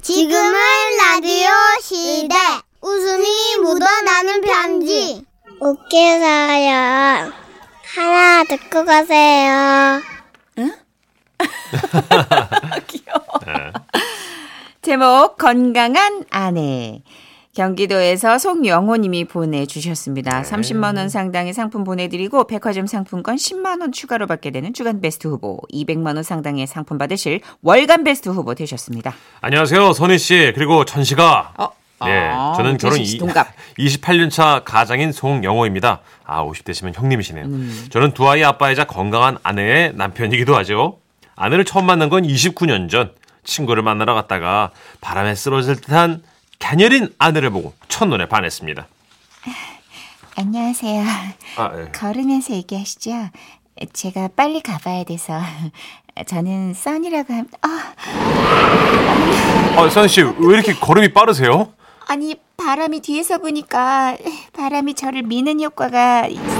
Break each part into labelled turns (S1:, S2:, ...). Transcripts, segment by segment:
S1: 지금은 라디오 시대. 웃음이 묻어나는 편지. 웃겨서요. 하나 듣고 가세요.
S2: 귀여워. 제목 건강한 아내. 경기도에서 송영호님이 보내주셨습니다. 30만 원 상당의 상품 보내드리고 백화점 상품권 10만 원 추가로 받게 되는 주간 베스트 후보, 200만 원 상당의 상품 받으실 월간 베스트 후보 되셨습니다.
S3: 안녕하세요, 선희 씨 그리고 천 씨가.
S2: 어,
S3: 네,
S2: 아,
S3: 저는 결혼
S2: 태진 씨 동갑.
S3: 28년 차 가장인 송영호입니다. 아, 50대시면 형님이시네요.
S2: 음.
S3: 저는 두 아이 아빠이자 건강한 아내의 남편이기도 하죠. 아내를 처음 만난 건 29년 전 친구를 만나러 갔다가 바람에 쓰러질 듯한 갸녀린 아내를 보고 첫눈에 반했습니다.
S2: 안녕하세요.
S3: 아, 예.
S2: 걸으면서 얘기하시죠. 제가 빨리 가봐야 돼서 저는 써니라고 합니다. 어,
S3: 아, 선희 씨, 왜 이렇게 걸음이 빠르세요?
S2: 아니 바람이 뒤에서 보니까 바람이 저를 미는 효과가
S3: 어,
S2: 있어.
S3: 어, 디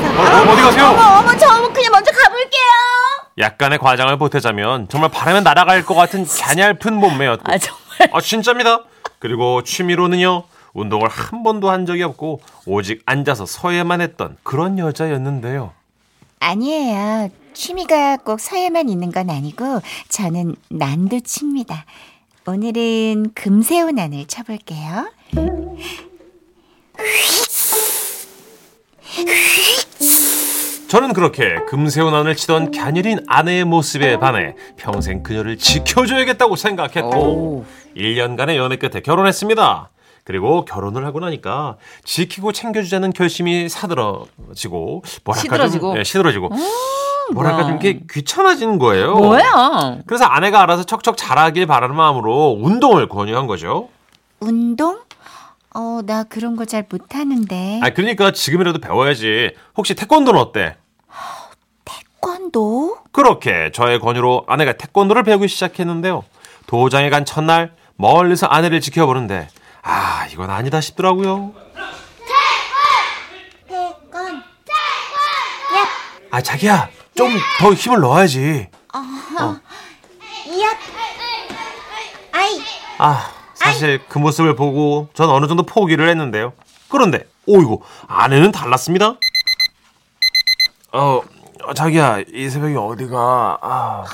S3: 가세요?
S2: 어머 저 그냥 먼저 가볼게요.
S3: 약간의 과장을 보태자면 정말 바람에 날아갈 것 같은 갸냘픈 몸매였고
S2: 아 정말.
S3: 아 진짜입니다. 그리고 취미로는요 운동을 한 번도 한 적이 없고 오직 앉아서 서예만 했던 그런 여자였는데요.
S2: 아니에요. 취미가 꼭 서예만 있는 건 아니고 저는 난도 칩니다. 오늘은 금새우 난을 쳐볼게요.
S3: 저는 그렇게 금세훈안을 치던 갸냘인 아내의 모습에 반해 평생 그녀를 지켜줘야겠다고 생각했고 1년간의 연애 끝에 결혼했습니다. 그리고 결혼을 하고 나니까 지키고 챙겨주자는 결심이 사들어지고 뭐랄까
S2: 시들어지고? 아,
S3: 좀, 예, 시들어지고 뭐랄까 좀 이렇게 귀찮아진 거예요.
S2: 뭐야?
S3: 그래서 아내가 알아서 척척 잘하길 바라는 마음으로 운동을 권유한 거죠.
S2: 운동? 어 나 그런 거 잘 못하는데.
S3: 아 그러니까 지금이라도 배워야지. 혹시 태권도는 어때?
S2: 권도?
S3: 그렇게 저의 권유로 아내가 태권도를 배우기 시작했는데요. 도장에 간 첫날 멀리서 아내를 지켜보는데 아 이건 아니다 싶더라고요.
S1: 태권.
S3: 아 자기야 좀 더 힘을 넣어야지.
S1: 얍. 아이.
S3: 아 사실 그 모습을 보고 전 어느 정도 포기를 했는데요. 그런데 오이고 아내는 달랐습니다. 어 어, 자기야 이 새벽에 어디가? 아.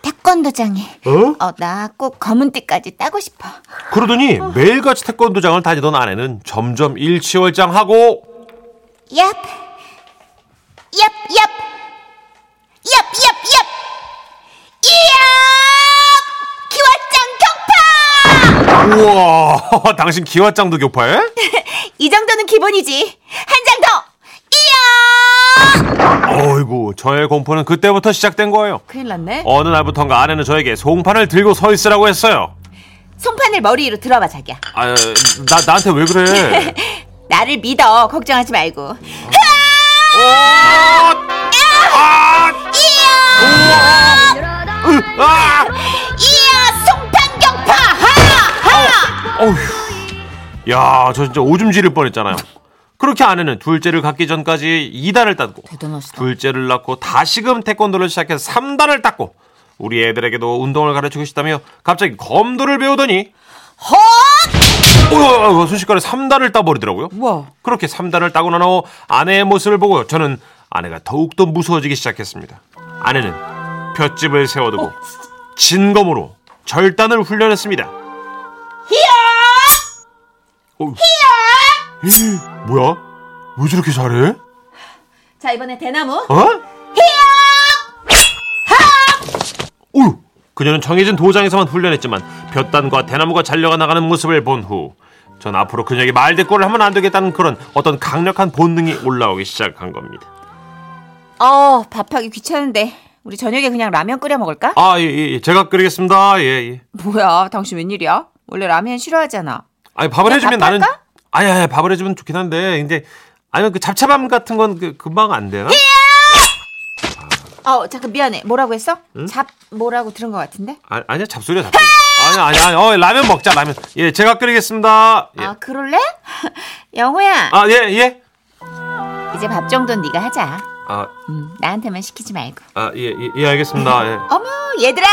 S2: 태권도장에
S3: 어?
S2: 나 꼭 검은 띠까지 따고 싶어.
S3: 그러더니 매일같이 태권도장을 다니던 아내는 점점 일치월장하고
S2: 얍. 얍, 얍. 얍, 얍, 얍. 이야! 기왓장 경파!
S3: 우와 당신 기왓장도 교파해?
S2: 이 정도는 기본이지. 한 장 더. 이야!
S3: 어이구 저의 공포는 그때부터 시작된 거예요
S2: 큰일 났네.
S3: 어느 날부턴가 아내는 저에게 송판을 들고 서 있으라고 했어요
S2: 손판을 머리 위로 들어봐 자기야.
S3: 아 나, 나한테 왜 그래
S2: 나를 믿어. 걱정하지 말고.
S3: 어? 아!
S2: 이야! 송판 경파! 하! 하!
S3: 어휴. 야, 저 진짜 오줌 지를 뻔했잖아요. 그렇게 아내는 둘째를 갖기 전까지 2단을 땄고
S2: 대단하시다.
S3: 둘째를 낳고 다시금 태권도를 시작해서 3단을 땄고 우리 애들에게도 운동을 가르치고 싶다며 갑자기 검도를 배우더니 어, 순식간에 3단을 따버리더라고요.
S2: 우와.
S3: 그렇게 3단을 따고 난 후 아내의 모습을 보고 저는 아내가 더욱더 무서워지기 시작했습니다. 아내는 볏집을 세워두고 진검으로 절단을 훈련했습니다. 어. 에이, 뭐야? 왜 저렇게 잘해?
S2: 자, 이번에 대나무.
S3: 어? 어휴, 그녀는 정해진 도장에서만 훈련했지만 볕단과 대나무가 잘려가 나가는 모습을 본 후, 전 앞으로 그녀에게 말대꾸를 하면 안 되겠다는 그런 어떤 강력한 본능이 올라오기 시작한 겁니다.
S2: 어, 밥하기 귀찮은데. 우리 저녁에 그냥 라면 끓여 먹을까?
S3: 아, 예, 예, 예. 제가 끓이겠습니다. 예, 예.
S2: 뭐야, 당신 웬일이야? 원래 라면 싫어하잖아.
S3: 아니 밥을
S2: 그냥
S3: 해주면
S2: 네, 밥
S3: 나는
S2: 할까?
S3: 아니 아니 밥을 해주면 좋긴 한데 근데 아니면 그 잡채밥 같은 건 그, 금방 안 되나?
S2: 어, 잠깐 미안해. 뭐라고 했어? 잡 뭐라고 들은 것 같은데?
S3: 아, 아니야 잡소리야 잡소리. 아니 아니 아니 어 라면 먹자 라면. 예 제가 끓이겠습니다. 예.
S2: 아, 그럴래? 영호야,
S3: 아 예 예.
S2: 이제 밥 정도는 네가 하자.
S3: 아
S2: 음, 나한테만 시키지 말고.
S3: 아, 예, 예, 예, 알겠습니다. 예.
S2: 어머, 얘들아!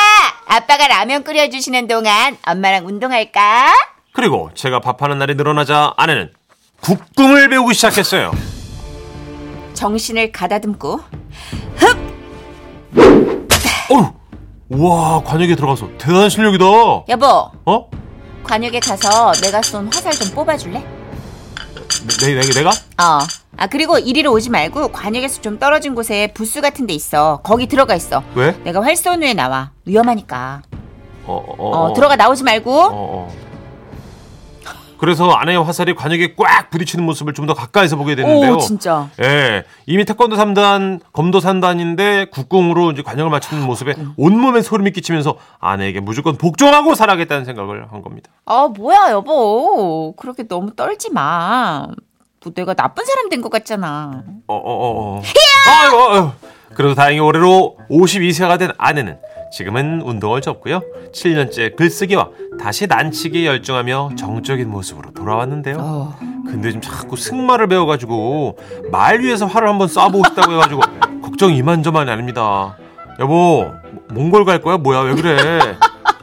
S2: 아빠가 라면 끓여주시는 동안 엄마랑 운동할까?
S3: 그리고 제가 밥하는 날이 늘어나자 아내는 국궁을 배우기 시작했어요.
S2: 정신을 가다듬고
S3: 어우, 우와, 관역에 들어가서 대단한 실력이다.
S2: 여보
S3: 어?
S2: 관역에 가서 내가 쏜 화살 좀 뽑아줄래?
S3: 내, 내, 내가?
S2: 어. 아 그리고 이리로 오지 말고 관역에서 좀 떨어진 곳에 부스 같은 데 있어. 거기 들어가 있어.
S3: 왜?
S2: 내가 활 쏜 후에 나와. 위험하니까.
S3: 어, 어,
S2: 어, 들어가 나오지 말고.
S3: 어, 어. 그래서 아내의 화살이 관역에 꽉 부딪히는 모습을 좀 더 가까이서 보게 됐는데요.
S2: 오 진짜.
S3: 예, 이미 태권도 3단, 검도 3단인데 국궁으로 이제 관역을 맞추는 모습에 온몸에 소름이 끼치면서 아내에게 무조건 복종하고 살아야겠다는 생각을 한 겁니다.
S2: 아 뭐야 여보. 그렇게 너무 떨지 마. 뭐 내가 나쁜 사람 된 것 같잖아.
S3: 어, 어, 어, 어. 아유, 아유. 그래도 다행히 올해로 52세가 된 아내는 지금은 운동을 접고요. 7년째 글쓰기와 다시 난치기에 열중하며 정적인 모습으로 돌아왔는데요.
S2: 어.
S3: 근데 지금 자꾸 승마를 배워가지고 말 위에서 활을 한번 쏴보고 싶다고 해가지고 걱정 이만저만이 아닙니다. 여보 몽골 갈 거야 뭐야 왜 그래?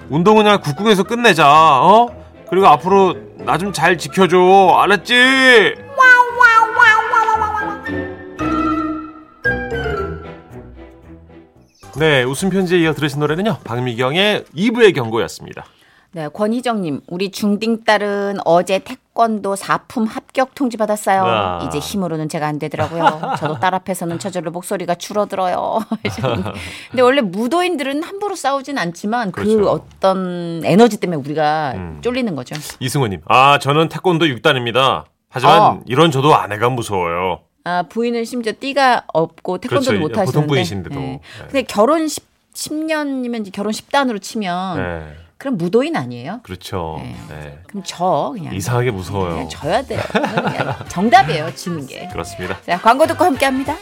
S3: 운동은 그냥 국궁에서 끝내자 어? 그리고 앞으로 나 좀 잘 지켜줘 알았지? 네 웃음 편지에 이어 들으신 노래는요 박미경의 2부의 경고였습니다.
S2: 네 권희정님 우리 중딩 딸은 어제 태권도 4품 합격 통지 받았어요.
S3: 와.
S2: 이제 힘으로는 제가 안 되더라고요. 저도 딸 앞에서는 저절로 목소리가 줄어들어요. 근데 원래 무도인들은 함부로 싸우진 않지만 그
S3: 그렇죠. 음.
S2: 어떤 에너지 때문에 우리가 쫄리는 거죠.
S3: 이승호님 아 저는 태권도 6단입니다. 하지만
S2: 어.
S3: 이런 저도 아내가 무서워요.
S2: 아 부인은 심지어 띠가 없고 태권도도
S3: 그렇죠.
S2: 못
S3: 보통
S2: 하시는데.
S3: 부이신데도.
S2: 예.
S3: 네.
S2: 근데 결혼 10, 10년이면 결혼 10단으로 치면
S3: 네,
S2: 그럼 무도인 아니에요?
S3: 그렇죠.
S2: 네.
S3: 네.
S2: 그럼 저 그냥
S3: 이상하게 무서워요.
S2: 그냥 져야 돼요. 그냥 정답이에요 지는 게.
S3: 그렇습니다.
S2: 자, 광고 듣고 함께 합니다.